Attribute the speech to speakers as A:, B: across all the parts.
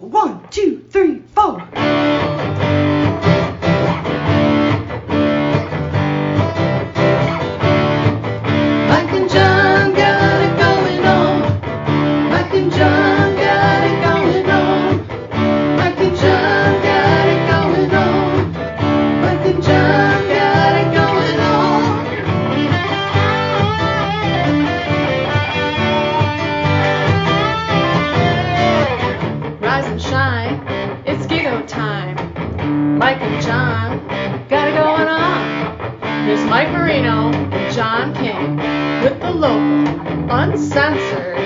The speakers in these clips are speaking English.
A: One, two, three, four. Mike and John got it going on. Mike and John got it going on. Mike and John got it going on. Mike and John got it going on.
B: Rise and shine, it's Gigo time. Mike and John got it going on. Here's Mike Marino and John King with the local, uncensored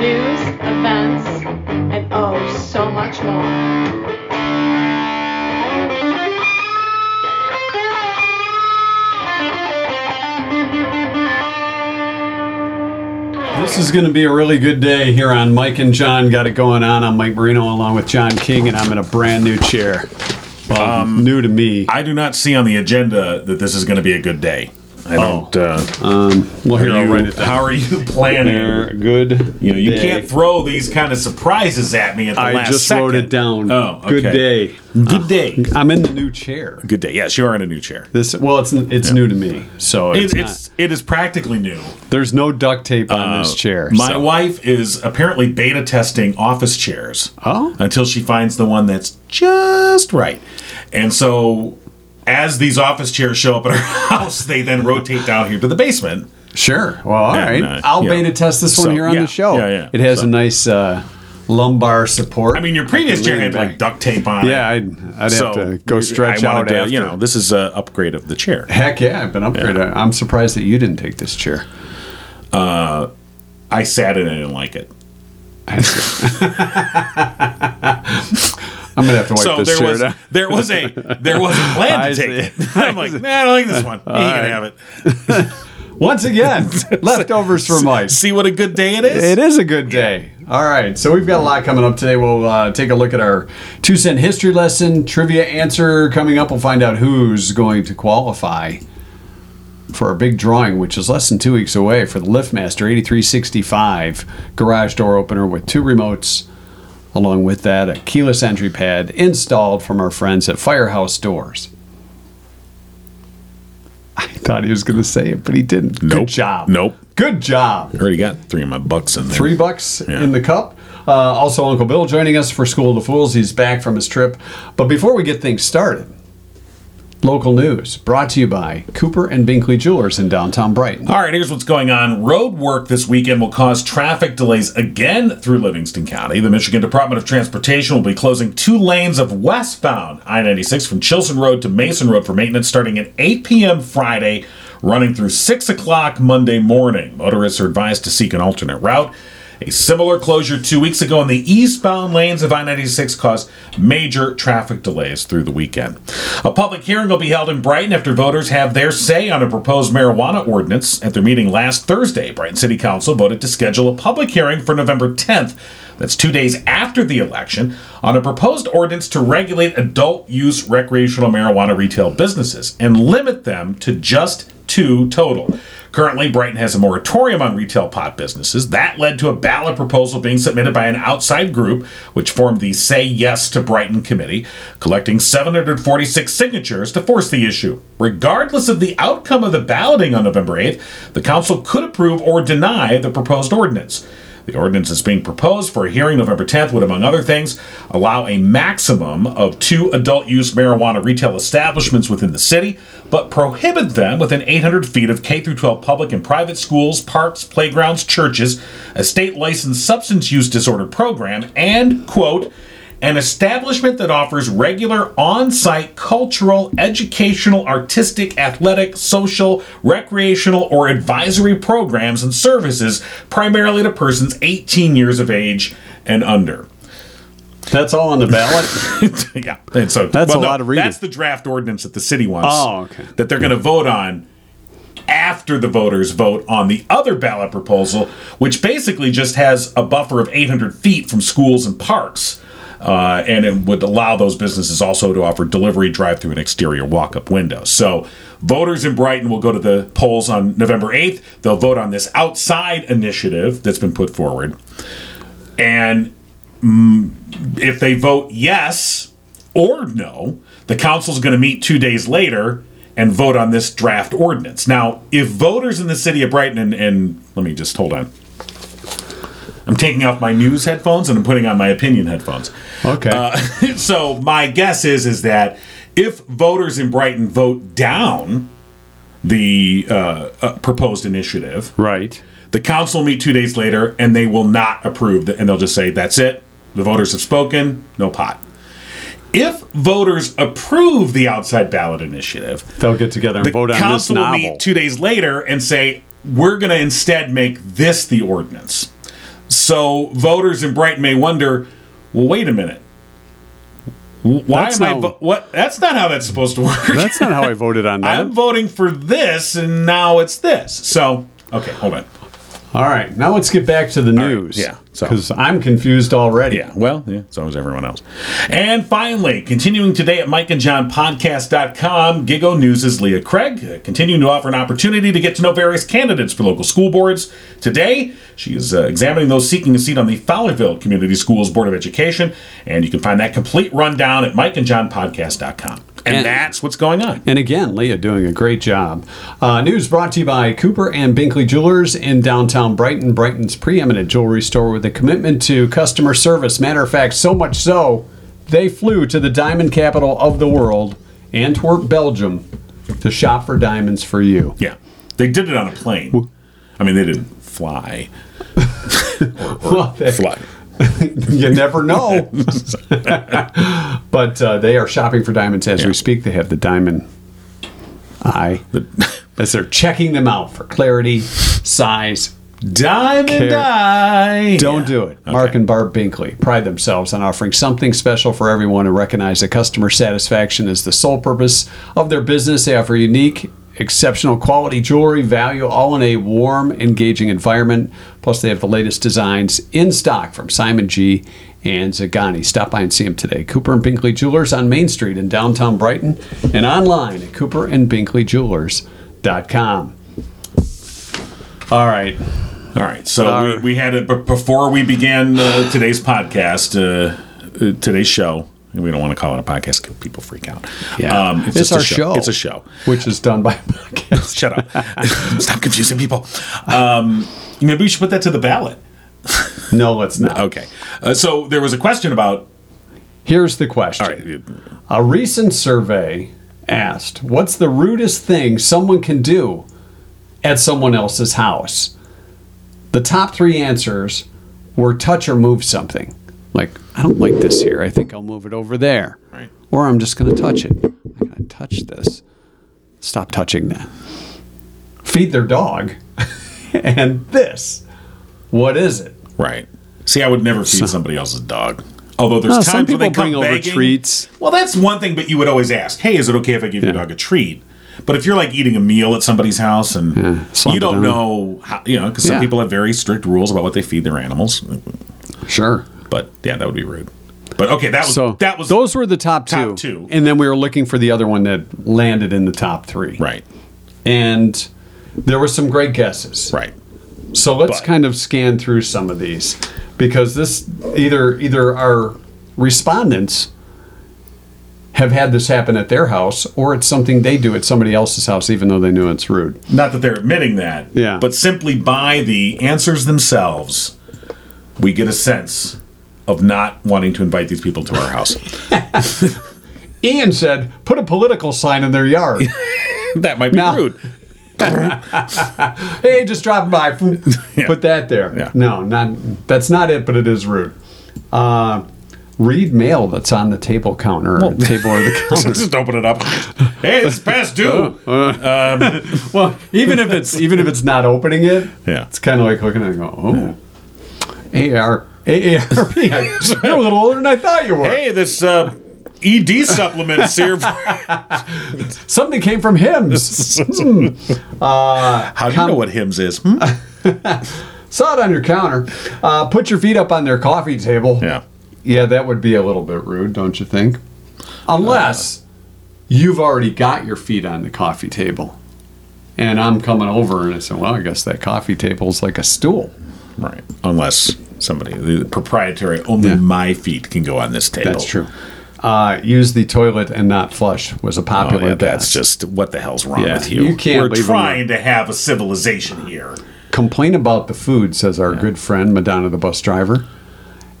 B: news, events, and oh, so much more.
C: This is going to be a really good day here on Mike and John. Got it going on. I'm Mike Marino along with John King, and I'm in a brand new chair. Well,
D: Um,
C: new to me.
D: I do not see on the agenda that this is going to be a good day. I
C: Oh.
D: don't. Uh,
C: Um, well,
D: are
C: here, I'll
D: you-
C: write it down.
D: how are you planning?
C: They're good.
D: You know, you
C: day.
D: can't throw these kind of surprises at me at the
C: I
D: last
C: just
D: second.
C: wrote it down.
D: Oh, okay.
C: good day. Uh,
D: Good day.
C: I'm in the new chair.
D: Good day. Yes, you are in a new chair.
C: This well, it's it's new to me, so it's,
D: It's,
C: not-
D: it's it is practically new. Uh,
C: there's no duct tape on this chair.
D: My
C: so-
D: wife is apparently beta testing office chairs.
C: Oh.
D: Until she finds the one that's just right. And so as these office chairs show up at our house, they then rotate down here to the basement.
C: Sure. Well, all
D: Yeah,
C: right.
D: no,
C: I'll
D: yeah.
C: beta test this one
D: So,
C: here on
D: yeah,
C: the show.
D: yeah, yeah.
C: It has
D: So-
C: a nice uh, lumbar support.
D: I mean, your previous chair had like duct tape on it.
C: Yeah, I'd, I'd have to go stretch
D: I
C: out.
D: wanted to,
C: after.
D: You know, this is an upgrade of the chair.
C: Heck yeah, I've been upgraded. I'm surprised that you didn't take this chair.
D: I sat in it and like it.
C: I'm gonna have to wipe
D: So
C: this
D: there
C: chair
D: was
C: down.
D: there was a there was a plan
C: I
D: to
C: see.
D: take it. I'm like, nah, I don't like this one. You
C: right.
D: can have it.
C: Once again, leftovers for Mike.
D: See what a good day it is.
C: It is a good day. All right, so we've got a lot coming up today. We'll uh, take a look at our two cent history lesson, trivia answer coming up. We'll find out who's going to qualify for our big drawing, which is less than two weeks away for the LiftMaster 8365 garage door opener with two remotes. Along with that, a keyless entry pad installed from our friends at Firehouse Doors. I thought he was going to say it, but he didn't. Good
D: Nope.
C: job.
D: Nope.
C: Good job
D: Already got three of my bucks in there.
C: three bucks in the cup. Uh, also, Uncle Bill joining us for School of the Fools. He's back from his trip. But before we get things started, local news brought to you by Cooper and Binkley Jewelers in downtown Brighton.
D: All right, here's what's going on. Road work this weekend will cause traffic delays again through Livingston County. The Michigan Department of Transportation will be closing two lanes of westbound I 96 from Chilson Road to Mason Road for maintenance starting at 8 p.m. Friday, running through 6 o'clock Monday morning. Motorists are advised to seek an alternate route. A similar closure two weeks ago in the eastbound lanes of I 96 caused major traffic delays through the weekend. A public hearing will be held in Brighton after voters have their say on a proposed marijuana ordinance. At their meeting last Thursday, Brighton City Council voted to schedule a public hearing for November 10th. That's two days after the election, on a proposed ordinance to regulate adult use recreational marijuana retail businesses and limit them to just two total. Currently, Brighton has a moratorium on retail pot businesses. That led to a ballot proposal being submitted by an outside group, which formed the Say Yes to Brighton Committee, collecting 746 signatures to force the issue. Regardless of the outcome of the balloting on November 8th, the council could approve or deny the proposed ordinance. The ordinance is being proposed for a hearing November 10th would, among other things, allow a maximum of two adult use marijuana retail establishments within the city, but prohibit them within 800 feet of K 12 public and private schools, parks, playgrounds, churches, a state licensed substance use disorder program, and, quote, an establishment that offers regular on site cultural, educational, artistic, athletic, social, recreational, or advisory programs and services primarily to persons 18 years of age and under.
C: That's all on the ballot.
D: yeah. And so
C: That's a lot of reading.
D: That's the draft ordinance that the city wants.
C: Oh, okay.
D: That they're going to vote on after the voters vote on the other ballot proposal, which basically just has a buffer of 800 feet from schools and parks. Uh, and it would allow those businesses also to offer delivery, drive through, and exterior walk up windows. So, voters in Brighton will go to the polls on November 8th. They'll vote on this outside initiative that's been put forward. And mm, if they vote yes or no, the council's going to meet two days later and vote on this draft ordinance. Now, if voters in the city of Brighton and, and let me just hold on. I'm taking off my news headphones and I'm putting on my opinion headphones.
C: Okay.
D: so my guess is is that if voters in Brighton vote down the uh, uh, proposed initiative,
C: right.
D: the council will meet two days later and they will not approve the, and they'll just say that's it the voters have spoken no pot if voters approve the outside ballot initiative
C: They'll get together and
D: the
C: vote on this
D: council will
C: novel.
D: meet two days later and say we're going to instead make this the ordinance so voters in brighton may wonder well wait a minute why
C: That's
D: am I
C: not-
D: vo- what that's not how that's supposed to work
C: That's not how I voted on that.
D: i'm voting for this and now it's this so okay hold on
C: All right, now let's get back to the news.
D: yeah, so-
C: because I'm confused already.
D: Yeah, well, yeah, so is everyone else. And finally, continuing today at MikeandJohnPodcast.com, Gigo News' Leah Craig, uh, continuing to offer an opportunity to get to know various candidates for local school boards. Today, she is uh, examining those seeking a seat on the Fowlerville Community Schools Board of Education, and you can find that complete rundown at MikeandJohnPodcast.com. And,
C: And-
D: that's what's going on.
C: And again, Leah doing a great job. Uh, news brought to you by Cooper and Binkley Jewelers in downtown Brighton, Brighton's preeminent jewelry store with a commitment to customer service. Matter of fact, so much so, they flew to the diamond capital of the world, Antwerp, Belgium, to shop for diamonds for you.
D: Yeah, they did it on a plane. I mean, they didn't fly.
C: Well, they-
D: Fly.
C: you never know. but uh, they are shopping for diamonds as
D: Yeah.
C: we speak. They have the diamond eye. as they're checking them out for clarity, size.
D: Dive and
C: Care.
D: die.
C: Don't do it. Mark and Barb Binkley pride themselves on offering something special for everyone and recognize that customer satisfaction is the sole purpose of their business. They offer unique, exceptional quality jewelry, value, all in a warm, engaging environment. Plus, they have the latest designs in stock from Simon G. and Zagani. Stop by and see them today. Cooper and Binkley Jewelers on Main Street in downtown Brighton and online at cooperandbinkleyjewelers.com. All right.
D: All right. So
C: Our-
D: we, we had it b- before we began uh, today's podcast, uh, uh, today's show. We don't want to call it a podcast because people freak out. Um,
C: Yeah.
D: it's,
C: It's
D: just a
C: our show.
D: It's a show.
C: which is done by a podcast.
D: Shut up. Stop confusing people. Um, maybe we should put that to the ballot.
C: No, let's not.
D: Okay. Uh, so there was a question about.
C: Here's the question.
D: All right.
C: A recent survey asked, "What's the rudest thing someone can do at someone else's house?" The top 3 answers were touch or move something. Like, I don't like this here. I think I'll move it over there.
D: Right.
C: Or I'm just going to touch it. I'm going to touch this. Stop touching that. Feed their dog. and this. What is it?
D: Right. See, I would never feed somebody else's dog. Although there's
C: No,
D: times
C: some
D: when they
C: people
D: come
C: bring over
D: begging.
C: treats.
D: Well, that's one thing, but you would always ask, "Hey, is it okay if I give your
C: Yeah.
D: dog a treat?" But if you're like eating a meal at somebody's house and
C: slump
D: you
C: it
D: don't
C: down.
D: know, how, you know, because some
C: Yeah.
D: people have very strict rules about what they feed their animals.
C: Sure.
D: But yeah, that would be rude. But okay, that was
C: So
D: that was
C: those were the top,
D: top two.
C: two, and then we were looking for the other one that landed in the top three.
D: right,
C: and there were some great guesses.
D: right.
C: So let's
D: But-
C: kind of scan through some of these because this either either our respondents have had this happen at their house or it's something they do at somebody else's house even though they knew it's rude.
D: Not that they're admitting that.
C: Yeah.
D: But simply by the answers themselves, we get a sense of not wanting to invite these people to our house.
C: Ian said, "Put a political sign in their yard."
D: that might be
C: No.
D: rude.
C: hey, just drop by. Put that there.
D: Yeah.
C: No, not that's not it, but it is rude. Uh, read mail that's on the table counter, or the table or the counter.
D: Just open it up. Hey, it's past due.
C: Oh, uh, well, even if it's even if it's not opening it,
D: Yeah.
C: it's kind of like looking at it and go, oh, AR. AARP. You're a little older than I thought you were.
D: Hey, this uh, ED supplement is here. How
C: Something came from Hims.
D: do you know what hymns is? Hmm?
C: Saw it on your counter. Uh, put your feet up on their coffee table.
D: Yeah.
C: Yeah, that would be a little bit rude, don't you think? Unless you've already got your feet on the coffee table. And I'm coming over and I said, Well, I guess that coffee table's like a stool.
D: Right. Unless somebody, the proprietary, only
C: Yeah.
D: my feet can go on this table.
C: That's true. Uh, use the toilet and not flush was a
D: Oh,
C: popular.
D: yeah, that's
C: guess.
D: just what the hell's wrong
C: Yeah,
D: with you?
C: you can't
D: We're
C: leave 'em
D: trying to have a civilization here.
C: complain about the food, says our good friend Madonna, the bus driver.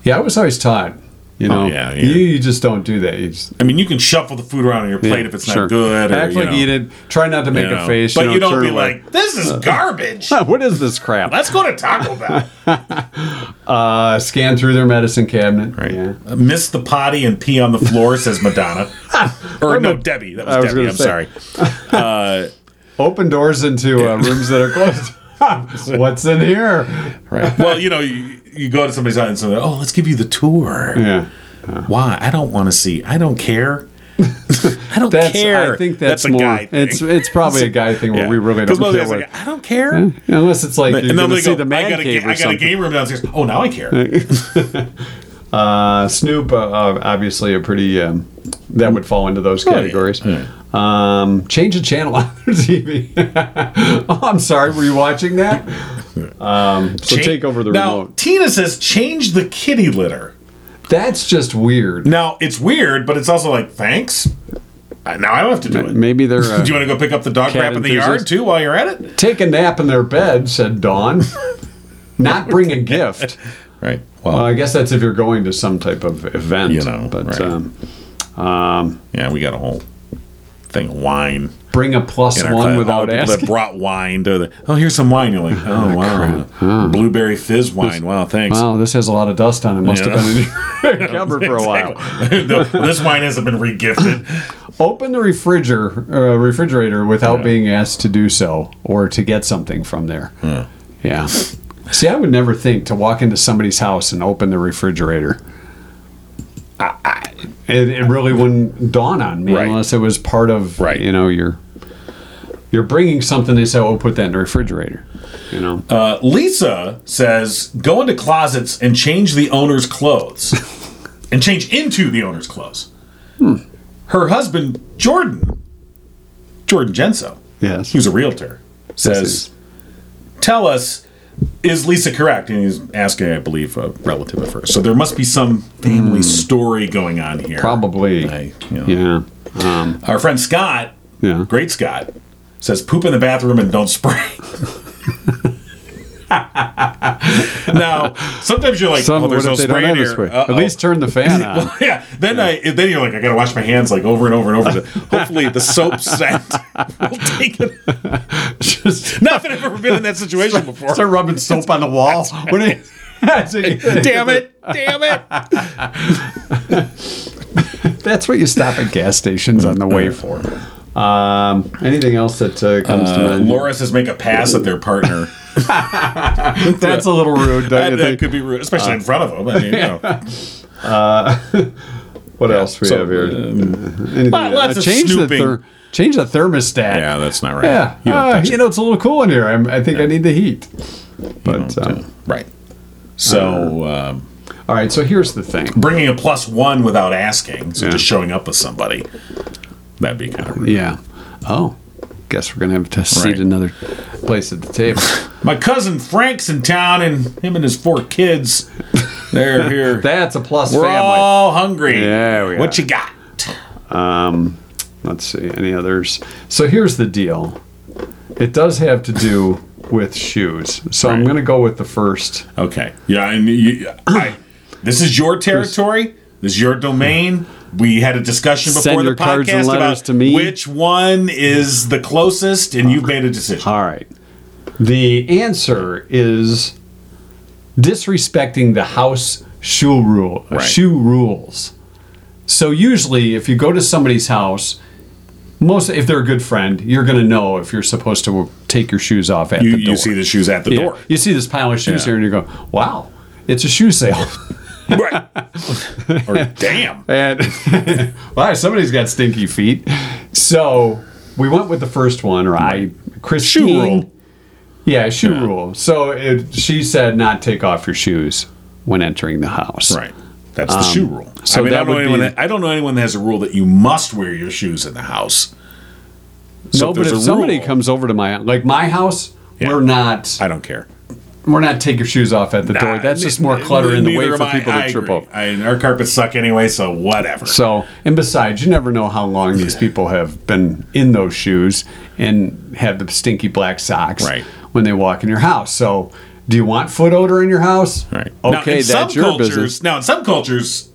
C: Yeah, I was always taught, you know,
D: Oh, yeah, yeah.
C: You, you just don't do that. You just
D: I mean, you can shuffle the food around on your plate if it's not
C: sure.
D: good. Or,
C: Act
D: you
C: like
D: know,
C: eat it. Try not to make
D: you know.
C: a face,
D: But you,
C: know,
D: don't
C: turn Uh,
D: be
C: away.
D: like, "This is garbage."
C: what is this crap?
D: Let's go to Taco Bell.
C: Uh, scan through their medicine cabinet.
D: Right.
C: Yeah.
D: Uh, Miss the potty and pee on the floor, says Madonna. or no, Debbie. That was,
C: I was
D: Debbie.
C: gonna
D: I'm
C: say.
D: sorry. Uh,
C: Open doors into uh, rooms that are closed. What's in here? Right.
D: Well, you know, you, you go to somebody's house and say, "Oh, let's give you the tour."
C: Yeah.
D: Why? I don't want to see. I don't care. I don't
C: That's.
D: care.
C: I think that's,
D: a
C: more.
D: guy. Thing.
C: It's it's probably a guy thing where
D: Yeah.
C: we really
D: 'Cause
C: don't
D: most
C: care.
D: guys are
C: What,
D: like, I don't care.
C: unless it's like you're
D: and then
C: going
D: they
C: to see
D: go,
C: the
D: I
C: man
D: got, a,
C: cave
D: ga-
C: or
D: I got a
C: something.
D: game room downstairs. Oh, now I care.
C: Uh, Snoop, uh, uh, obviously a pretty um, that would fall into
D: Oh,
C: those categories. Um, change the channel on their TV. oh, I'm sorry, were you watching that? Um, so
D: Change-
C: take over the
D: now,
C: remote.
D: Tina says, change the kitty litter.
C: That's just weird.
D: Now, it's weird, but it's also like, thanks. Uh, Now I don't have to do it.
C: Maybe they're uh,
D: Do you want to go pick up the dog
C: Cat
D: crap in the yard
C: enthusiast?
D: too while you're at it?
C: take a nap in their bed," said Dawn. Not bring a gift.
D: Right.
C: Well, I guess that's if you're going to some type of event,
D: You know,
C: But
D: right.
C: um,
D: yeah, we got a whole thing of wine.
C: bring a plus
D: in our
C: one
D: class.
C: without
D: Oh, people That
C: asking.
D: brought wine to the. Oh, here's some wine. You're like, oh, wow,
C: Hmm.
D: blueberry fizz wine. Wow, thanks.
C: Wow, this has a lot of dust on it. Must
D: Yeah.
C: have been in your cupboard for a while.
D: No, this wine hasn't been regifted.
C: open the refrigerator uh, refrigerator without being asked to do so or to get something from there. Yeah. See, I would never think to walk into somebody's house and open the refrigerator. I, I, it, it really wouldn't dawn on me
D: Right.
C: unless it was part of
D: Right.
C: you know your you're bringing something they say oh put that in the refrigerator you know
D: Uh, Lisa says, go into closets and change the owner's clothes, and change into the owner's clothes.
C: Hmm.
D: Her husband Jordan, Jordan Genso,
C: yes
D: who's a realtor, says, "Tell us, is Lisa correct?" And he's asking, I believe, a relative of hers. So there must be some family story going on here.
C: probably
D: I- you know.
C: Hmm. yeah
D: Our friend Scott,
C: yeah
D: great Scott, says, "Poop in the bathroom and don't spray." now, sometimes you're like,
C: some
D: "Oh,
C: what
D: there's
C: if
D: no
C: they don't
D: spray
C: have
D: in
C: a
D: here."
C: spray
D: Uh-oh.
C: at least turn the fan on
D: Yeah. Then I then you're like, I gotta wash my hands like over and over and over. Hopefully the soap scent will take it.
C: just
D: Not that I've ever been in that situation before.
C: start rubbing soap on the wall what do you
D: Damn it! Damn it!
C: That's what you stop at gas stations on the way for. Um, anything else that uh, comes to mind?
D: Laura says make a pass at their partner.
C: That's a little rude, don't
D: that,
C: you
D: that
C: think?
D: could be rude, especially in front of them. I mean, you know.
C: What else we
D: so,
C: have here?
D: uh,
C: Anything-
D: lots of
C: um, Uh, change the
D: snooping.
C: change the thermostat.
D: Yeah, that's not right.
C: Yeah.
D: You don't
C: Uh,
D: touch
C: you
D: it.
C: know, it's a little cool in here. I'm, I think I need the heat. But um,
D: Right. So
C: Uh.
D: um,
C: all right, so here's the thing.
D: bringing a plus one without asking, so
C: Yeah.
D: just showing up with somebody, that'd be kind of rude.
C: Yeah. Oh, guess we're gonna have to seat
D: Right.
C: another place at the table.
D: My cousin Frank's in town, and him and his four kids, they're here.
C: That's a plus
D: We're
C: family.
D: all hungry.
C: Yeah, we
D: What
C: are.
D: you got?
C: Um, let's see, any others? So here's the deal it does have to do with shoes. So I'm
D: Right.
C: going to go with the first.
D: Okay. Yeah, and you, I, this is your territory. This is your domain. We had a discussion before
C: Send
D: the
C: your
D: podcast
C: cards and letters
D: about
C: to me.
D: which one is the closest, and you've made a decision.
C: All right. The answer is disrespecting the house shoe rule uh,
D: Right.
C: shoe rules. So usually if you go to somebody's house most if they're a good friend, you're going to know if you're supposed to take your shoes off at
D: You,
C: the door.
D: you see the shoes at the
C: Yeah.
D: door.
C: You see this pile of shoes
D: Yeah.
C: here and you go, "Wow, it's a shoe sale."
D: Right. or damn.
C: And wow, somebody's got stinky feet. So we went with the first one, or I, Christine.
D: Shoe rule.
C: Yeah, shoe rule. So it, she said, not take off your shoes when entering the house.
D: Right. That's the shoe rule.
C: Um, so
D: I mean,
C: that
D: I don't, know
C: would
D: anyone
C: be-
D: that, I don't know anyone that has a rule that you must wear your shoes in the house. So
C: no, but
D: there's
C: if
D: a
C: somebody
D: rule-
C: comes over to my like my house,
D: Yeah.
C: we're not.
D: I don't care.
C: We're not take your shoes off at the door. That's just more clutter in the way for people to trip over.
D: I, our carpets suck anyway, so whatever.
C: So, and besides, you never know how long these people have been in those shoes and have the stinky black socks
D: Right.
C: when they walk in your house. So, do you want foot odor in your house?
D: Right.
C: Okay,
D: Now, in
C: that's
D: some
C: your
D: cultures,
C: business.
D: Now, in some cultures,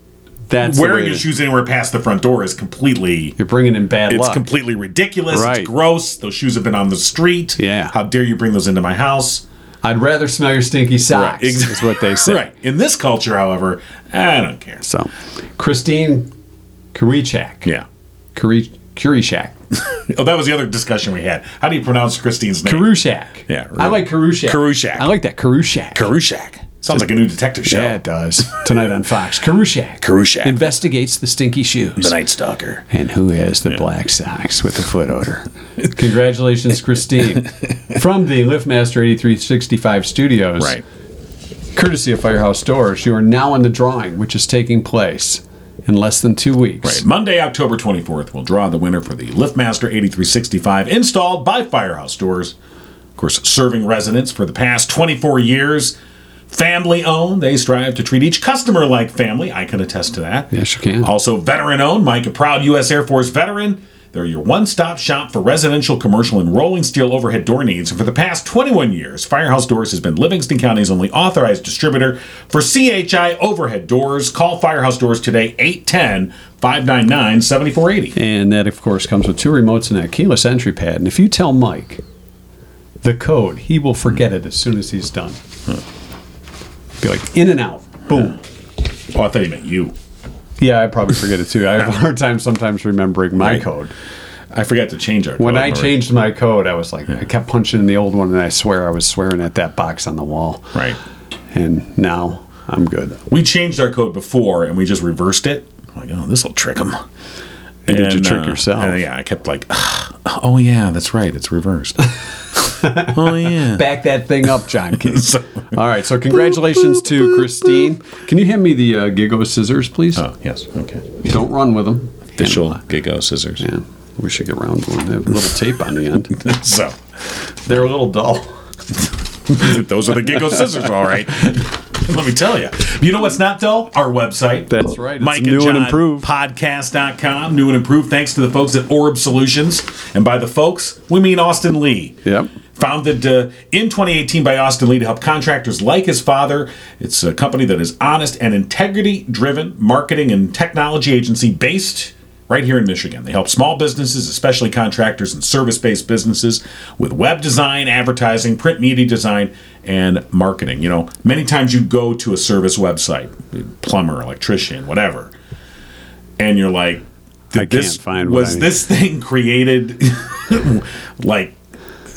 C: That's the way
D: wearing
C: it
D: your
C: is.
D: shoes anywhere past the front door is completely.
C: You're bringing in bad
D: It's
C: luck.
D: completely ridiculous.
C: Right.
D: It's gross. Those shoes have been on the street.
C: Yeah.
D: How dare you bring those into my house?
C: I'd rather smell your stinky socks.
D: Right, ex-
C: Is what they say.
D: Right. In this culture, however, I don't care.
C: So, Christine Kurichak.
D: Yeah.
C: Kuri- Kurishak.
D: Oh, that was the other discussion we had. How do you pronounce Christine's name?
C: Karushak.
D: Yeah,
C: I like Karushak.
D: Karushak.
C: I like that Karushak.
D: Karushak. Sounds like a new detective show.
C: yeah, it does. Tonight on Fox, Karushak.
D: Karushak.
C: investigates the stinky shoes.
D: The Night Stalker.
C: And who has the black socks with the foot odor? Congratulations, Christine. From the LiftMaster 8365 studios,
D: Right.
C: courtesy of Firehouse Doors, you are now in the drawing, which is taking place in less than two weeks.
D: Right. Monday, October 24th, we'll draw the winner for the LiftMaster 8365 installed by Firehouse Doors. Of course, serving residents for the past 24 years. Family owned, they strive to treat each customer like family. I can attest to that.
C: Yes, you can.
D: Also, veteran owned, Mike, a proud U.S. Air Force veteran. They're your one stop shop for residential, commercial, and rolling steel overhead door needs. And for the past 21 years, Firehouse Doors has been Livingston County's only authorized distributor for CHI overhead doors. Call Firehouse Doors today, 810 599 7480.
C: And that, of course, comes with two remotes and a keyless entry pad. And if you tell Mike the code, he will forget it as soon as he's done. Be like, in and out. Boom.
D: Oh, I thought you meant you.
C: Yeah, I probably forget it too. I have a hard time sometimes remembering my
D: Right.
C: code.
D: I forgot to change our
C: When
D: code,
C: I
D: or-
C: changed my code, I was like, I kept punching in the old one, and I swear I was swearing at that box on the wall.
D: Right.
C: And now I'm good.
D: We changed our code before and we just reversed it. I'm like, oh, this will trick them.
C: And did you trick yourself?
D: and yeah, I kept like, oh, yeah, that's right. It's reversed. oh, yeah.
C: Back that thing up, John Case. All right, so congratulations to Christine. Can you hand me the uh, Gigo scissors, please?
D: Oh, yes. Okay.
C: Don't run with them.
D: Official Gigo scissors.
C: Yeah, wish I could round one. They have a little tape on the end.
D: So,
C: They're a little dull.
D: those are the Gigo scissors, all right. Let me tell you. You know what's not, though? Our website.
C: That's right. It's
D: Mike
C: new
D: and, John
C: and improved.
D: Podcast.com. New and improved. Thanks to the folks at Orb Solutions. And by the folks, we mean Austin Lee.
C: Yep.
D: Founded uh, in 2018 by Austin Lee to help contractors like his father. It's a company that is honest and integrity driven marketing and technology agency based right here in Michigan. They help small businesses, especially contractors and service based businesses, with web design, advertising, print media design, and marketing. You know, many times you go to a service website, plumber, electrician, whatever, and you're like,
C: I can't
D: this
C: find what
D: was
C: I-
D: this thing created like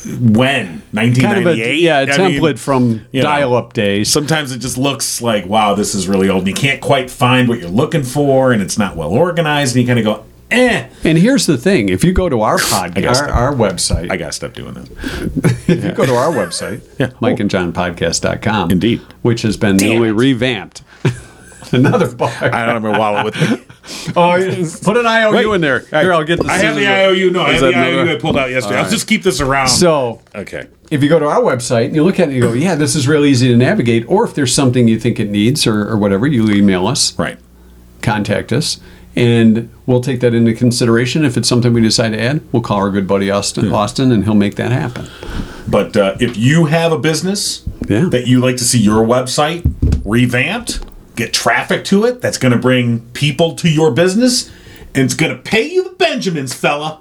D: when 1998
C: Kind of a yeah a
D: I mean,
C: template from
D: you know,
C: dial-up days.
D: sometimes it just looks like wow this is really old and you can't quite find what you're looking for and it's not well organized and you kind of go eh
C: And here's the thing: if you go to our podcast,
D: guess
C: our,
D: that-
C: our website,
D: i gotta stop doing this
C: if you go to our website,
D: Yeah.
C: MikeandJohnPodcast.com,
D: Indeed.
C: which has been
D: Damn
C: newly
D: it.
C: revamped. Another bar.
D: i don't have my wallet with me
C: Oh, yeah. put an IOU in there. Here, I'll get the.
D: i have the
C: scissors.
D: iou no
C: Is
D: i have the
C: that another-
D: iou i pulled out yesterday i'll just keep this around
C: So,
D: okay
C: if you go to our website and you look at it and you go, yeah, this is real easy to navigate, or if there's something you think it needs or, or whatever, you email us,
D: right
C: contact us, and we'll take that into consideration. If it's something we decide to add, we'll call our good buddy Austin,
D: Hmm.
C: Austin and he'll make that happen.
D: But uh, if you have a business
C: Yeah.
D: that you like to see your website revamped, get traffic to it, that's going to bring people to your business, and it's going to pay you the Benjamins, fella.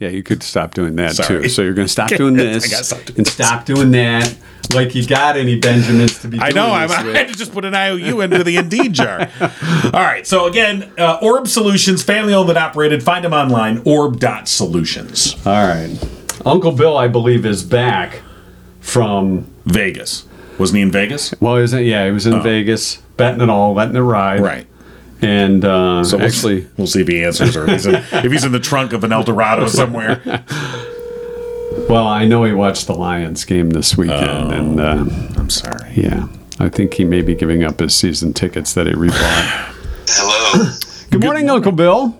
C: Yeah, you could stop doing that
D: Sorry.
C: too. So you're going to stop
D: Okay,
C: doing
D: I
C: this
D: gotta stop doing
C: and stop doing that. Like you got any Benjamins to be? Doing
D: I know. I'm,
C: this
D: I
C: with.
D: had to just put an IOU into the Indeed jar. All right. So, again, uh, Orb Solutions, family owned and operated. Find them online, orb.solutions.
C: All right, Uncle Bill, I believe, is back from.
D: Vegas. Wasn't he in Vegas?
C: Well, isn't yeah? He was
D: Oh.
C: in Vegas betting it all, letting it ride. And uh,
D: So we'll-
C: actually,
D: we'll see if he answers or if he's in, if he's in the trunk of an Eldorado somewhere.
C: well, I know he watched the Lions game this
D: Oh.
C: weekend, and uh,
D: I'm sorry.
C: yeah, I think he may be giving up his season tickets that he rebought.
E: Hello.
C: Good morning, Uncle Bill.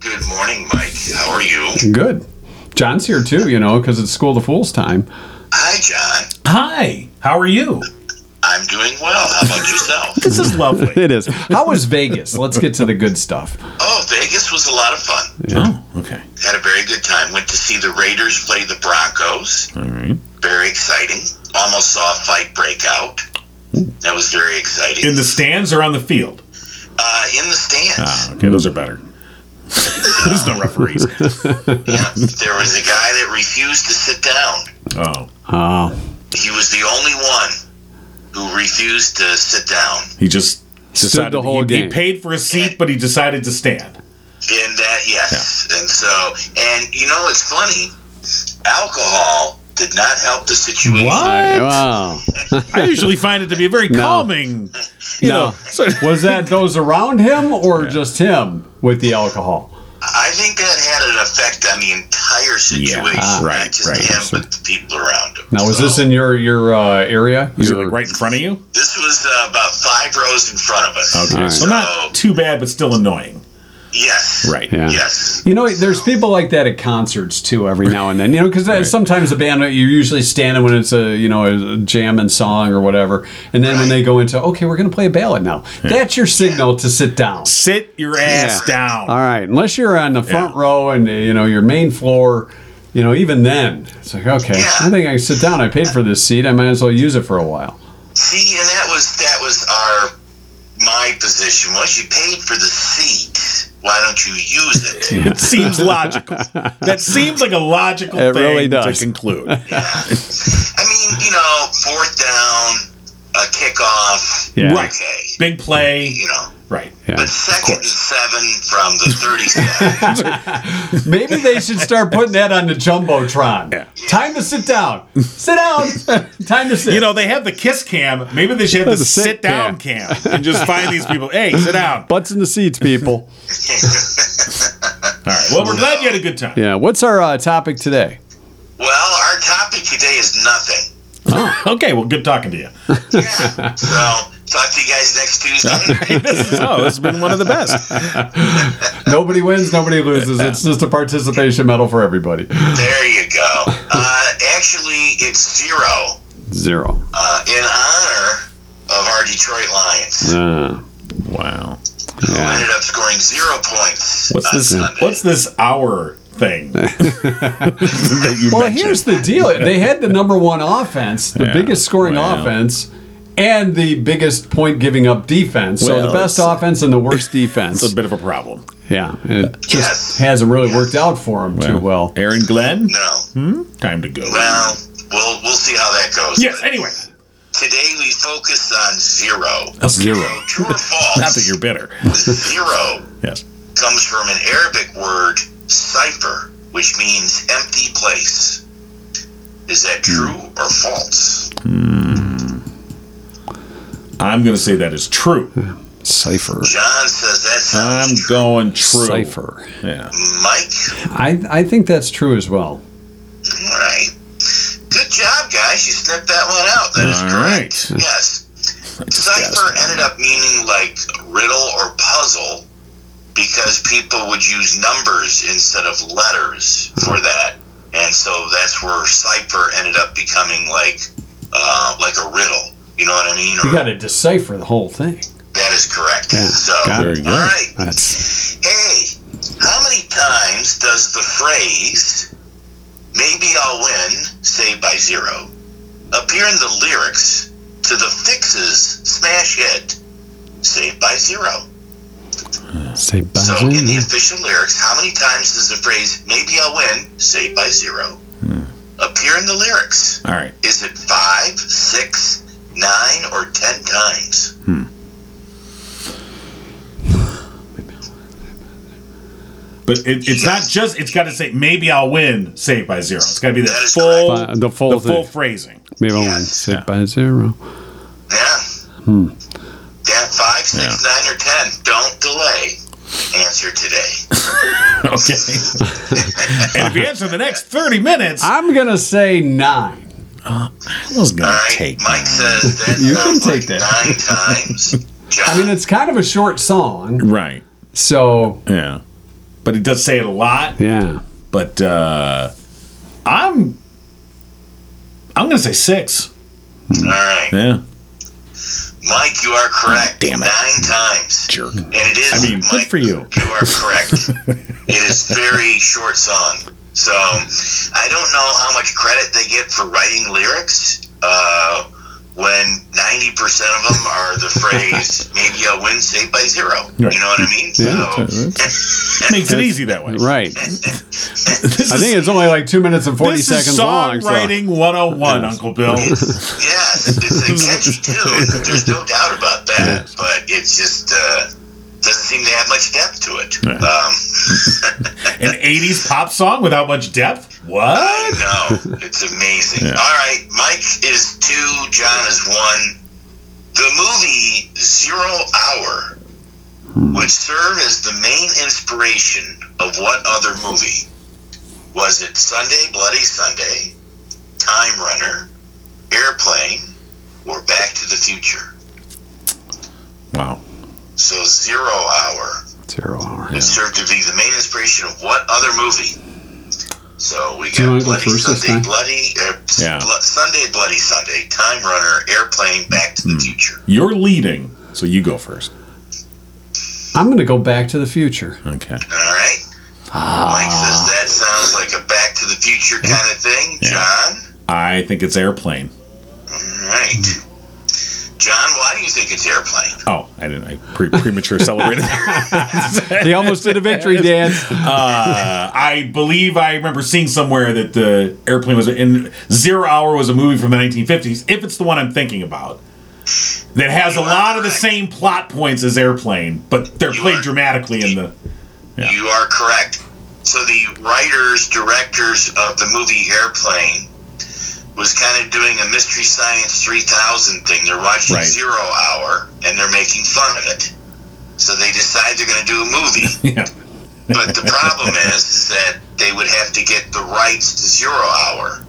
E: Good morning, Mike. How are you?
C: Good. John's here too, you know, because it's school to fools time.
E: Hi, John.
D: Hi, how are you?
E: I'm doing well. How about yourself?
D: This is lovely.
C: It is. How was Vegas? Let's get to the good stuff.
E: Oh, Vegas was a lot of fun.
D: Oh, okay.
E: Had a very good time. Went to see the Raiders play the Broncos.
D: All right.
E: Very exciting. Almost saw a fight break out. That was very exciting.
D: In the stands or on the field?
E: uh, in the stands.
D: Ah, okay, those are better. There's no referees.
E: Yeah, there was a guy that refused to sit down.
D: Oh,
C: Oh,
E: He was the only one who refused to sit down.
D: he just decided
C: the whole
D: he, he
C: game.
D: paid for a seat, but he decided to stand.
E: And that, yes. And so, and you know, it's funny. Alcohol did not help the situation.
C: wow.
D: I usually find it to be a very calming. You
C: No.
D: know, so-
C: Was that those around him or just him with the alcohol?
E: I think that had an effect on the entire situation.
D: Ah,
E: not
D: right,
E: just
D: right.
E: him, but the people around him.
C: Now, was
E: So,
C: this in your your uh, area?
D: Is it
C: Your-
D: like right in front of you?
E: This was uh, about five rows in front of us.
D: Okay,
C: right.
D: so not too bad, but still annoying.
E: Yes.
D: Right.
C: Yeah.
E: Yes.
C: You know, there's people like that at concerts too, every now and then. You know, because sometimes a band you're usually standing when it's a you know a jamming song or whatever, and then when they go into okay, we're gonna play a ballad now. That's your signal to sit down.
D: Sit your ass
C: Yeah.
D: down.
C: All right, unless you're on the front
D: Yeah.
C: row and you know your main floor, you know even then it's like okay,
E: Yeah.
C: I think I can sit down. I paid for this seat. I might as well use it for a while.
E: See, and that was that was our my position. Once you paid for the seat, why don't you use it?
D: It seems logical. That seems like a logical
C: It
D: thing
C: really does.
D: to conclude.
E: I mean, you know, fourth down, a kickoff.
C: Yeah.
D: Right.
E: Okay.
D: Big play.
E: You know.
D: Right.
E: But second and seven from the 37.
C: Maybe they should start putting that on the jumbotron. Time to sit down. Sit down. Time to sit.
D: You know, they have the kiss cam. Maybe they should have the
C: a sit
D: sit down cam. and just find these people. Hey, sit down.
C: butts in the seats, people.
D: All right. Well, we're glad you had a good time.
C: Yeah. What's our uh, topic today?
E: well, our topic today is nothing.
D: Okay. Well, good talking to you.
E: Yeah. So, talk to you guys next Tuesday.
D: This is- oh, this has been one of the best.
C: Nobody wins, nobody loses. It's just a participation medal for everybody.
E: There you go. Uh, actually, it's zero
C: Zero.
E: uh, in honor of our Detroit Lions.
C: Uh,
D: Wow.
E: Who ended up scoring zero points.
D: What's
E: on
D: this?
E: Sunday.
D: What's this hour thing? that you
C: well,
D: mentioned?
C: here's the deal. They had the number one offense, the biggest scoring
D: Well.
C: offense, and the biggest point giving up defense. so
D: Well,
C: the best
D: it's-
C: offense and the worst defense.
D: It's a bit of a problem.
C: yeah. It just
E: Yes.
C: hasn't really worked out for them too well.
D: Aaron Glenn,
E: No.
D: time to go.
E: Well, we'll we'll see how that goes.
D: Yes. Anyway,
E: Today we focus on zero.
D: zero.
E: So true or false?
D: Not that you're bitter.
E: Zero
D: Yes.
E: comes from an Arabic word cipher, which means empty place. Is that
D: Hmm.
E: true or false?
D: I'm going to say that is true.
C: Cipher.
E: John says that sounds
D: I'm
E: true.
D: going true.
C: Cipher.
D: Yeah.
E: Mike,
C: I, I think that's true as well.
E: all right. Good job, guys. You snipped that one out. That is
D: All
E: correct. Yes. Cipher
D: guessed.
E: ended up meaning like riddle or puzzle because people would use numbers instead of letters
C: Hmm.
E: for that. And so that's where cipher ended up becoming like uh, like a riddle. You know what I mean?
C: You
E: Or-
C: got to decipher the whole thing.
E: that is correct.
C: Yeah,
E: so,
C: got
D: it. Very good.
E: all right.
C: That's
E: Hey, how many times does the phrase "Maybe I'll win" say by zero appear in the lyrics to the Fix's smash hit "Saved by Zero?
C: say
E: So, in the official lyrics, how many times does the phrase "Maybe I'll win" say by zero appear in the lyrics?
D: All right.
E: Is it five, six, nine, or ten times?
D: But it, it's not just, it's got to say, maybe I'll win, saved by zero. It's got to be the
E: That is
D: full,
C: correct. By-
D: the
C: the
D: full,
C: full
D: the full
C: thing.
D: phrasing.
C: Maybe I
E: Yeah.
C: won't say by zero.
E: Yeah.
C: Hmm.
E: Yeah, five, six, nine, or ten. Don't delay. Answer today.
D: Okay. and if you answer the next 30 minutes,
C: I'm gonna say nine.
D: was going
E: All right. Mike says that
C: You
E: sounds
C: can
E: like
C: take that.
E: nine times. John,
C: I mean, it's kind of a short song,
D: Right.
C: so
D: Yeah. But he does say it a lot.
C: yeah.
D: But uh, I'm, I'm going to say six.
E: All right.
D: Yeah.
E: Mike, you are correct.
D: Damn it.
E: Nine times.
D: Jerk.
E: And it is.
D: I mean, good
E: Mike,
D: for you.
E: You are correct. it is very short song. So I don't know how much credit they get for writing lyrics uh, when 90% of them are the phrase, maybe a win saved by zero.
D: Right.
E: You know what I mean?
C: Yeah,
E: So,
D: Makes it easy that way.
C: Right.
D: This
C: I
D: is-
C: think it's only like two minutes and forty
D: this
C: seconds
D: is
C: long. so-
D: songwriting 101, Uncle Bill.
E: yeah, it's a catchy tune. There's no doubt about that. But it's just uh, doesn't seem to have much depth to it. Um,
D: An 80s pop song without much depth? What?
E: I know. It's amazing. All right. Mike is two, John is one. The movie Zero Hour would serve as the main inspiration of what other movie? Was it Sunday, Bloody Sunday, Time Runner, Airplane, or Back to the Future?
D: Wow.
E: So Zero Hour
C: Zero hour.
E: It served to be the main inspiration of what other movie? So we
C: Do you
E: got
C: wanna go
E: Bloody
C: first this
E: Sunday,
C: time?
E: Bloody uh, s-
D: Yeah.
E: Blo- Sunday, Bloody Sunday, Time Runner, Airplane, Back to the Future.
D: You're leading, so you go first.
C: I'm gonna go back to the future.
D: Okay.
E: All right. Mike says that sounds like a Back to the Future kind of thing. John,
D: I think it's airplane.
E: all right. John, why do you think it's Airplane?
D: Oh, I didn't. I pre- premature celebrated.
C: They almost did a victory dance.
D: uh, I believe I remember seeing somewhere that the airplane was in Zero Hour was a movie from the 1950s. If it's the one I'm thinking about, that has a
E: You are
D: lot of the
E: correct.
D: same plot points as Airplane, but they're
E: You
D: played
E: are-
D: dramatically in the. Yeah.
E: You are correct. So the writers, directors of the movie Airplane was kind of doing a Mystery Science 3000 thing. They're watching
D: Right.
E: Zero Hour and they're making fun of it. So they decide they're going to do a movie.
D: Yeah.
E: but the problem is, is that they would have to get the rights to Zero Hour.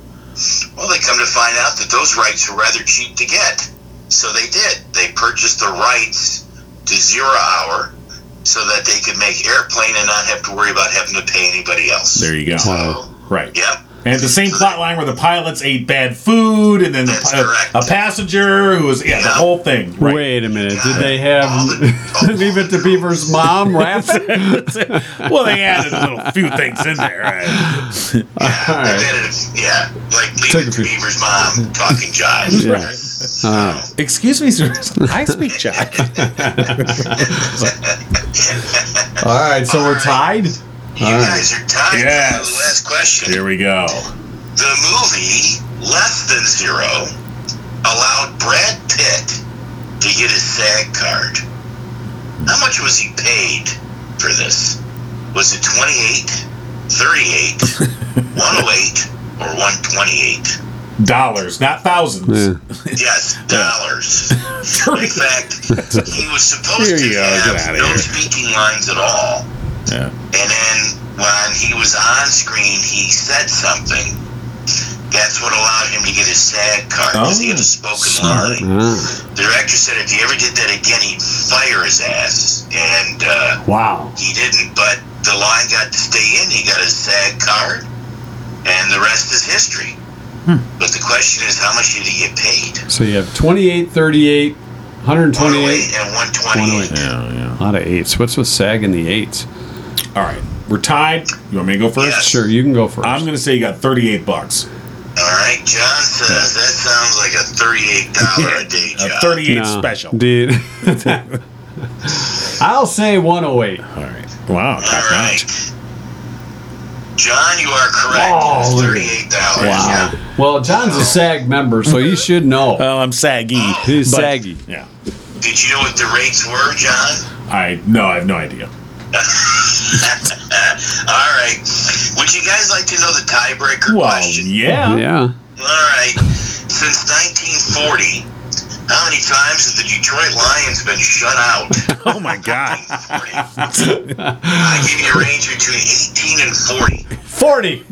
E: Well, they come to find out that those rights were rather cheap to get. So they did. They purchased the rights to Zero Hour so that they could make Airplane and not have to worry about having to pay anybody else.
D: There you go.
E: So,
D: Right.
E: yep.
D: And the same plot line where the pilots ate bad food, and then the,
E: That's
D: pi-
E: correct.
D: a passenger who was yeah, the
E: Yeah.
D: whole thing.
C: Wait a minute. Did they have
E: All the-
C: Leave It to Beaver's mom raps?
D: well, they added a little few things in there. right?
E: Yeah,
C: All right.
E: definitive. yeah. like
C: Took
E: leaving
C: a few-
E: Beaver's mom talking jive.
C: Yeah. Uh,
D: Excuse me, sir. I speak Jack.
C: all right, so we're tied.
E: You
C: All right.
E: guys are tied.
D: Yes.
E: The last question.
D: Here we go.
E: The movie Less Than Zero allowed Brad Pitt to get his SAG card. How much was he paid for this? Was it 28, 38, 108, or 128?
D: Dollars,
C: Yeah.
D: not thousands.
E: Yes, dollars. In fact, he was supposed
D: Here
E: to
D: you go, get
E: have
D: outta
E: no
D: here.
E: speaking lines at all.
D: Yeah.
E: And then when he was on screen, he said something. That's what allowed him to get his SAG card because he had
D: Oh,
E: a spoken
D: smart.
E: line. The director said if he ever did that again, he'd fire his ass, and uh,
C: Wow.
E: he didn't. But the line got to stay in. He got his SAG card, and the rest is history.
D: Hmm.
E: But the question is, how much did he get paid?
C: So you have 28, 38, 128.
E: 108 and 128.
D: Yeah,
C: A
D: yeah.
C: lot of eights. What's with SAG and the eights?
D: All right. We're tied. You want me to go first?
E: Yes.
C: Sure, you can go 1st
D: I'm going to say you got 38 bucks.
E: All right, John says that sounds like a thirty-eight dollar a day job.
D: A 38
C: No,
D: Uh, special.
C: Dude. I'll say 108.
D: All right. Wow.
E: All
D: top
E: right,
D: notch.
E: John, you are correct.
C: Oh, look at-
E: thirty-eight dollars.
C: Wow. Well, John's a SAG member, so you should know.
D: Well, I'm saggy.
C: He's
D: Uh, but-
C: saggy.
D: Yeah.
E: Did you know what the rates were, John?
D: I no, I have no idea.
E: All right. Would you guys like to know the tiebreaker
D: Well,
E: question?
D: yeah.
C: Yeah.
E: All right. Since 1940, how many times have the Detroit Lions been shut out?
D: Oh my god.
E: I give you a range between 18 and 40.
D: 40.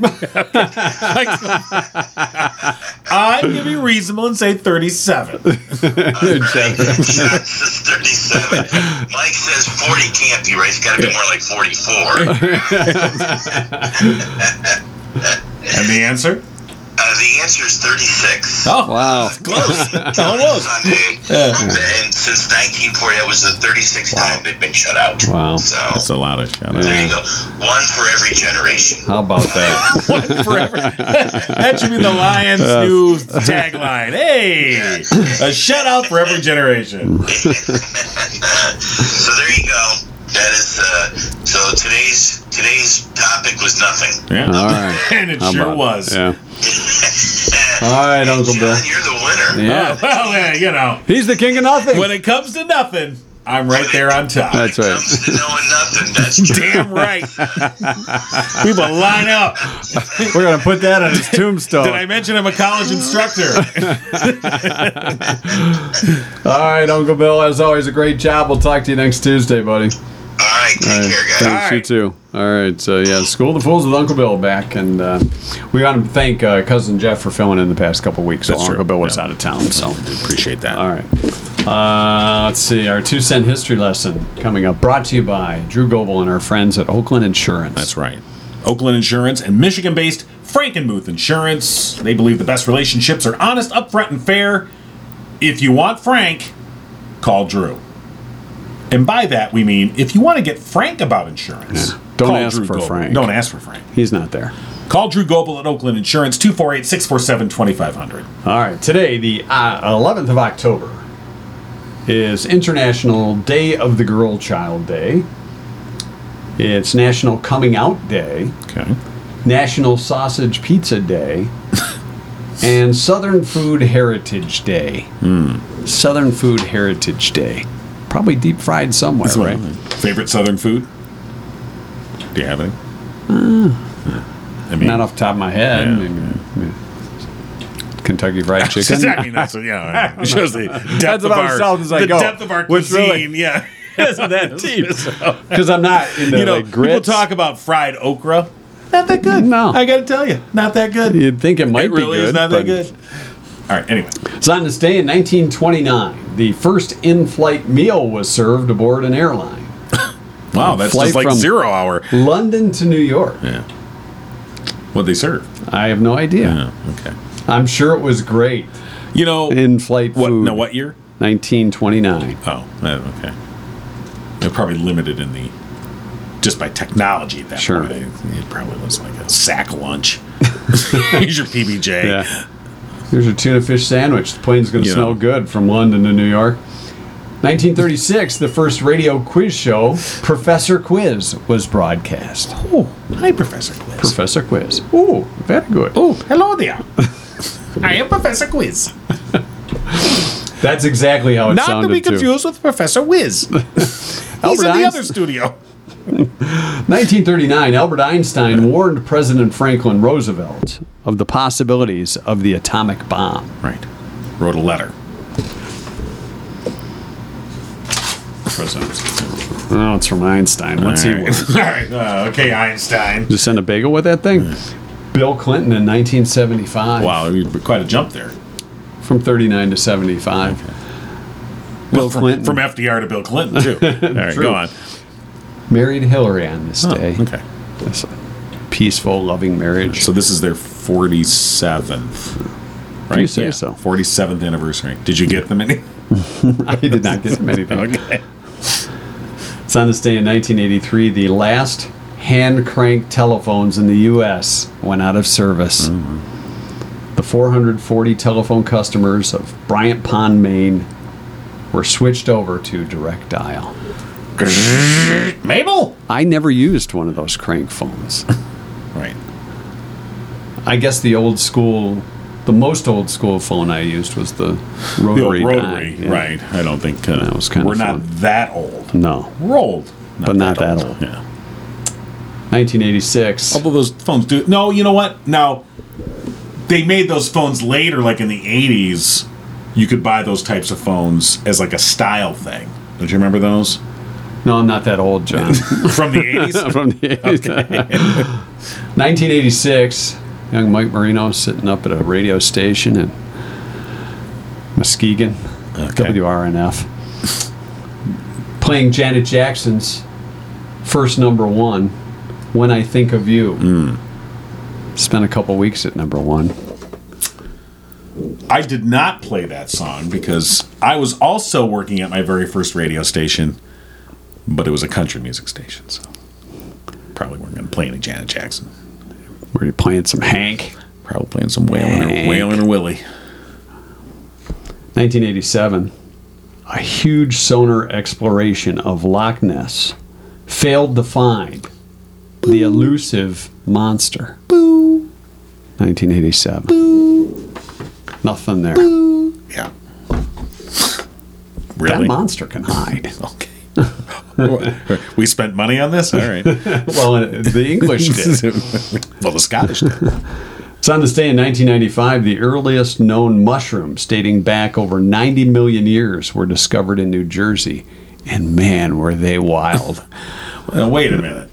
D: I can be reasonable and say 37.
E: John says 37. Mike says 40 can't be right. It's got to be more like Uh, 44.
D: And the answer?
E: Uh, the answer is 36.
D: Oh,
F: Wow.
D: close.
F: Almost.
E: Sunday, and since 1940, that was the 36th time they've been shut out.
C: Wow.
E: So
D: That's the loudest shout out.
E: there you go. One for every generation.
C: How about that?
D: One forever. that should be the Lions' new tagline. Hey, a shout out for every generation.
E: so there you go. That is uh, so today's today's topic was nothing.
D: Yeah.
F: All right.
D: And it
F: How
D: sure
F: about-
D: was.
F: Yeah.
C: All right, Uncle
E: John,
C: Bill.
E: you're the winner.
D: Oh,
F: Yeah.
D: well, yeah, you know,
C: He's the king of nothing.
D: when it comes to nothing, I'm right there on top.
F: That's right.
E: Comes to knowing nothing. That's true.
D: Damn right. People line up.
C: We're gonna put that on his
D: Did I
C: tombstone.
D: mention I'm a college instructor?
C: All right, Uncle Bill. As always, a great job. We'll talk to you next Tuesday, buddy.
E: All right, take
F: All right.
E: care, guys.
F: Thanks, you
D: right.
F: too.
C: All right, so yeah, School of the Fools with Uncle Bill back, and uh, we want to thank uh, cousin Jeff for filling in the past couple weeks. So
D: That's
C: Uncle
D: true.
C: Bill was
D: Yeah.
C: out of town, so
D: Appreciate that.
C: all right. Uh, let's see, our two cent history lesson coming up, brought to you by Drew Goble and our friends at Oakland Insurance.
D: That's right. Oakland Insurance and Michigan based Frankenmuth Insurance. They believe the best relationships are honest, upfront, and fair. If you want Frank, call Drew. And by that, we mean if you want to get frank about insurance,
C: Yeah. Don't
D: call
C: ask for
D: Goble.
C: Frank.
D: Don't ask for Frank.
C: He's not there.
D: Call Drew Goble at Oakland Insurance, 248 647 2500.
C: All right, today, the uh, 11th of October, is International Day of the Girl Child Day. It's National Coming Out Day.
D: Okay.
C: National Sausage Pizza Day, and Southern Food Heritage Day.
D: Hmm.
C: Southern Food Heritage Day. Probably deep fried somewhere, right?
D: Favorite Southern food? Do you have any? I mean,
C: Mm. Not off the top of my head.
D: Yeah.
C: maybe- yeah. Kentucky Fried Chicken.
D: I mean, that's yeah. It shows the depth of
C: about
D: our
C: as south as I
D: the
C: go.
D: depth of our
C: Which
D: cuisine.
C: really-
D: Yeah, isn't that deep?
C: Because I'm not in the
D: you know,
C: like, grits.
D: people talk about fried okra. Not that good.
C: No.
D: I got to tell you, not that good.
C: You'd think it might
D: it really
C: be good.
D: is not that
C: but-
D: good. All right. Anyway,
C: It's on this day in 1929. The first in-flight meal was served aboard an airline,
D: wow, that's
C: Flight
D: just like
C: from-
D: zero hour.
C: London to New York.
D: What they serve? Oh,
C: I have no idea.
D: okay.
C: I'm sure it was great.
D: You know,
C: In-flight
D: what?
C: food.
D: No, what year?
C: 1929.
D: Oh, uh, okay. They're probably limited in the just by technology at that
C: Sure.
D: point. It it probably looks like a sack lunch. Here's your PBJ.
C: Yeah. Here's a tuna fish sandwich. The plane's going to
D: You
C: smell
D: know.
C: good from London to New York. 1936, the first radio quiz show, Professor Quiz, was broadcast.
D: Oh, hi, Professor Quiz.
C: Professor Quiz. Oh, very good.
D: oh, hello there. I am Professor Quiz.
C: That's exactly how it
D: Not
C: sounded
D: to be
C: too.
D: confused with Professor Whiz. He's in
C: Einstein-
D: the other studio.
C: 1939, Albert Einstein warned President Franklin Roosevelt of the possibilities of the atomic bomb.
D: Right. Wrote a letter. President.
C: Oh, it's from Einstein. Let's see. what-
D: All right. Uh, okay, Einstein.
C: Just send a bagel with that thing. Bill Clinton in 1975.
D: Hmm. Wow, you- quite a jump there.
C: From 39 to 75. Bill
D: from,
C: Clinton
D: From FDR to Bill Clinton, too. All right,
C: True.
D: go on.
C: married Hillary on this day.
D: Oh, Okay.
C: That's a peaceful, loving marriage.
D: So this is their 47th. Right?
C: You say so.
D: 47th anniversary. Did you get them any?
C: I did not get him anything. It's on this day in 1983, the last hand crank telephones in the U.S. went out of service.
D: Mm-hmm.
C: The 440 telephone customers of Bryant Pond, Maine were switched over to direct dial.
D: Mabel?
C: I never used one of those crank phones.
D: Right.
C: I guess the old school, the most old school phone I used was the
D: The
C: rotary.
D: old
C: dial,
D: rotary,
C: yeah.
D: right. I don't think uh,
C: That was kinda
D: we're not
C: fun.
D: that old.
C: No.
D: We're old.
C: But not that old.
D: Yeah.
C: 1986.
D: Although those phones do. No, you know what? Now, they made those phones later, like in the 80s. You could buy those types of phones as like a style thing. Don't you remember those?
C: No, I'm not that old, John.
D: From the 80s?
C: From the 80s. 1986. Young Mike Marino sitting up at a radio station in Muskegon, WRNF, playing Janet Jackson's first number one, "When I Think of You." Spent a couple weeks at number one.
D: I did not play that song because I was also working at my very first radio station, but it was a country music station, so probably weren't going to play any Janet Jackson.
C: Were you playing some Hank?
D: Probably playing some Waylon
C: Hank.
D: or, Waylon or Willie.
C: 1987, a huge sonar exploration of Loch Ness failed to find the elusive monster. Boo. 1987. Boo. Nothing there.
D: Yeah.
C: That
D: Really?
C: monster can hide.
D: Okay. we spent money on this? All right.
C: well, the English did.
D: well, the Scottish did.
C: It's on this day in 1995, the earliest known mushrooms dating back over 90 million years were discovered in New Jersey. And man, were they wild.
D: Now, wait a minute.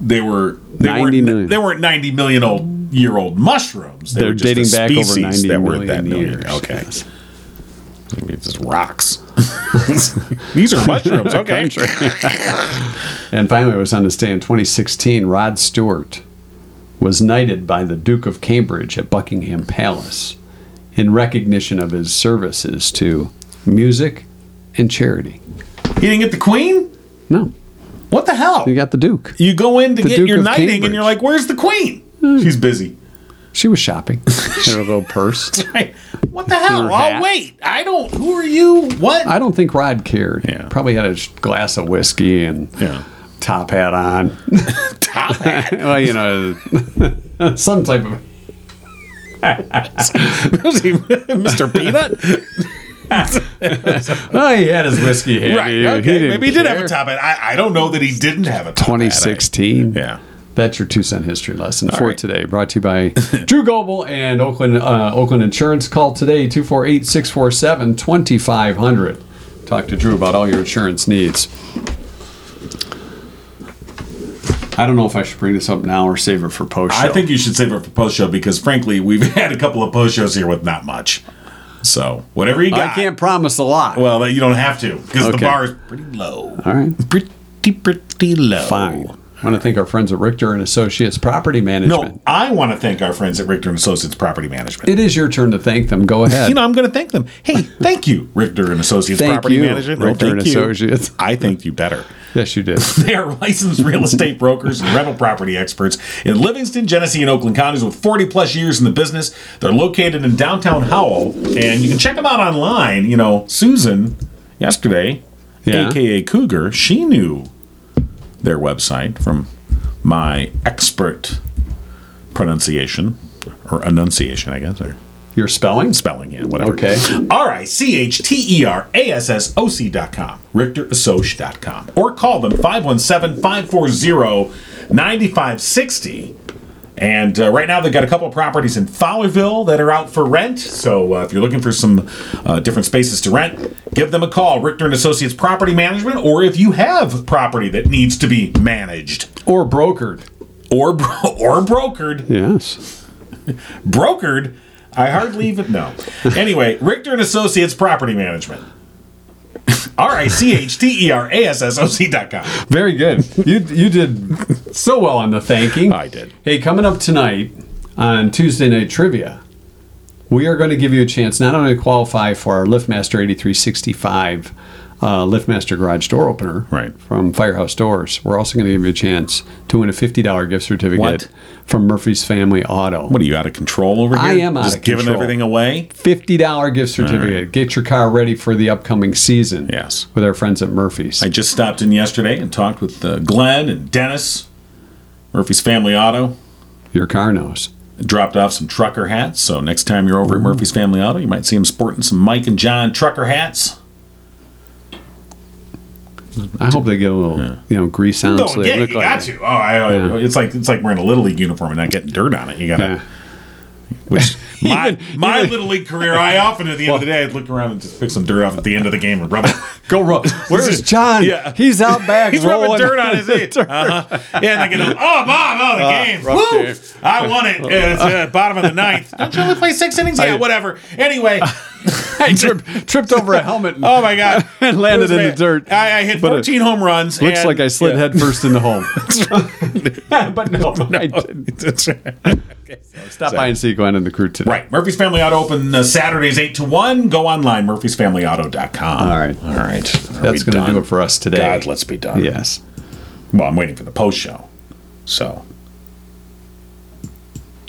D: They were they
C: 90 million.
D: weren't they weren't ninety million old year old mushrooms. They
C: They're
D: were just
C: dating
D: a
C: back over
D: species
C: 90
D: that were
C: million
D: that million.
C: years,
D: Okay,
C: yes.
D: it's just rocks. These are mushrooms. Okay,
C: And finally, it was on this day in 2016, Rod Stewart was knighted by the Duke of Cambridge at Buckingham Palace in recognition of his services to music and charity.
D: you didn't get the queen.
C: No,
D: What the hell?
C: you got the Duke.
D: You go in to get
C: Duke
D: your
C: of
D: knighting,
C: Cambridge. Hmm.
D: and you're like, "Where's the queen?" She's busy.
C: She was shopping. Her little purse.
D: Right. What the hell?
C: Her
D: I'll
C: hat.
D: wait. I don't. Who are you? What?
C: I don't think Rod cared.
D: Yeah.
C: Probably had a sh- glass of whiskey and
D: yeah.
C: top hat on.
D: Top hat.
C: well, you know, some type of.
D: Was he Mr. Peanut?
C: Oh, he had his whiskey handy.
D: Right.
C: He
D: okay.
C: didn't
D: Maybe he did have
C: care.
D: a top hat. I, I don't know that he didn't have a top hat. I-
C: 2016.
D: Yeah.
C: That's your two cent history lesson for
D: right.
C: today. Brought to you by Drew Goble and Oakland uh, Oakland Insurance. Call today 248 647 2500. Talk to Drew about all your insurance needs. I don't know if I should bring this up now or save it for post.
D: I
C: show.
D: think you should save it for post show because, frankly, we've had a couple of post shows here with not much. So whatever you
C: I
D: got.
C: can't promise a lot.
D: Well, that you don't have to because the
C: Okay.
D: bar is pretty low.
C: all right,
D: Pretty pretty low.
C: fine. I want to thank our friends at Richter and Associates Property Management.
D: No, I want to thank our friends at Richter and Associates Property Management.
C: It is your turn to thank them. Go ahead.
D: you know, I'm going to thank them. Hey, thank you, Richter and Associates
C: Thank
D: Property
C: you,
D: Management.
C: Richter
D: thank
C: and
D: you.
C: Associates.
D: I thank you better.
C: yes, you did.
D: They are licensed real estate brokers and rental property experts in Livingston, Genesee, and Oakland counties with 40 plus years in the business. They're located in downtown Howell, and you can check them out online. You know, Susan yesterday,
C: Yeah.
D: aka Cougar, she knew their website from my expert pronunciation or enunciation, I guess, or
C: Your spelling?
D: spelling, yeah, whatever.
C: Okay.
D: R I C H T E R A S S O C dot com, richterassoc dot com, or call them 517 540 9560. And uh, right now they've got a couple of properties in Fowlerville that are out for rent. So uh, if you're looking for some uh, different spaces to rent, give them a call, Richter and Associates Property Management, or if you have property that needs to be managed
C: Or brokered.
D: or bro- or brokered,
C: Yes.
D: brokered. I hardly even know. Anyway, Richter and Associates Property Management. R I C H T E R A S S O C dot com.
C: Very good. You you did so well on the thanking.
D: I did.
C: Hey, coming up tonight on Tuesday night trivia, we are going to give you a chance not only to qualify for our LiftMaster 8365 uh, LiftMaster garage door opener
D: Right.
C: from Firehouse Doors. We're also going to give you a chance to win a $50 gift certificate
D: What?
C: from Murphy's Family Auto.
D: What are you out of control over here?
C: I am out
D: Just
C: of
D: giving
C: control.
D: everything away.
C: $50 gift certificate. Get your car ready for the upcoming season.
D: Yes.
C: With our friends at Murphy's.
D: I just stopped in yesterday and talked with uh, Glenn and Dennis, Murphy's Family Auto.
C: your car knows.
D: Dropped off some trucker hats. So next time you're over at Murphy's Family Auto, you might see them sporting some Mike and John trucker hats.
C: I hope they get a little, you know, grease on.
D: No,
C: so they
D: yeah, you
C: look like
D: got
C: a-
D: to. Oh, I,
C: Yeah.
D: it's like it's like wearing a little league uniform and not getting dirt on it. You gotta.
C: Yeah.
D: Which my my little league career, I often at the end of the day, I'd look around and just pick some dirt off at the end of the game and rub it.
C: Go rub. Where's John?
D: Yeah.
C: He's out back.
D: He's rubbing
C: rolling.
D: dirt on his head. Uh-huh. Yeah, and I get up, oh, Bob, oh, the game.
C: Uh, rough
D: Woo!
C: game.
D: I won it. Yeah, it's, uh, bottom of the ninth. Don't you only play six innings? Yeah, whatever. Anyway,
C: I trip, tripped over a helmet. And
D: oh, my God.
C: And landed in the dirt.
D: I, I hit
C: But it
D: 14 home runs.
C: Looks
D: and-
C: like I slid headfirst into home. but no, I didn't.
D: That's right. Okay.
C: Stop by and see Glenn and the crew today.
D: Right. Murphy's Family Auto open uh, Saturdays 8 to 1. Go online, murphysfamilyauto.com.
C: All right.
D: All right.
C: That's going to do it for us today.
D: God, let's be done.
C: Yes.
D: Well, I'm waiting for the post show. So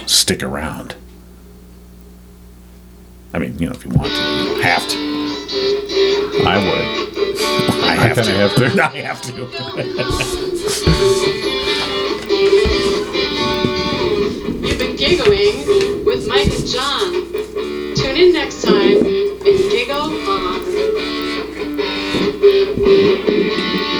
D: stick around. I mean, you know, if you want to, you don't have to.
C: I would.
D: I have
C: kinda
D: to.
C: have to.
D: I have to.
B: You've been giggling with Mike and John. Tune in next time and giggle on.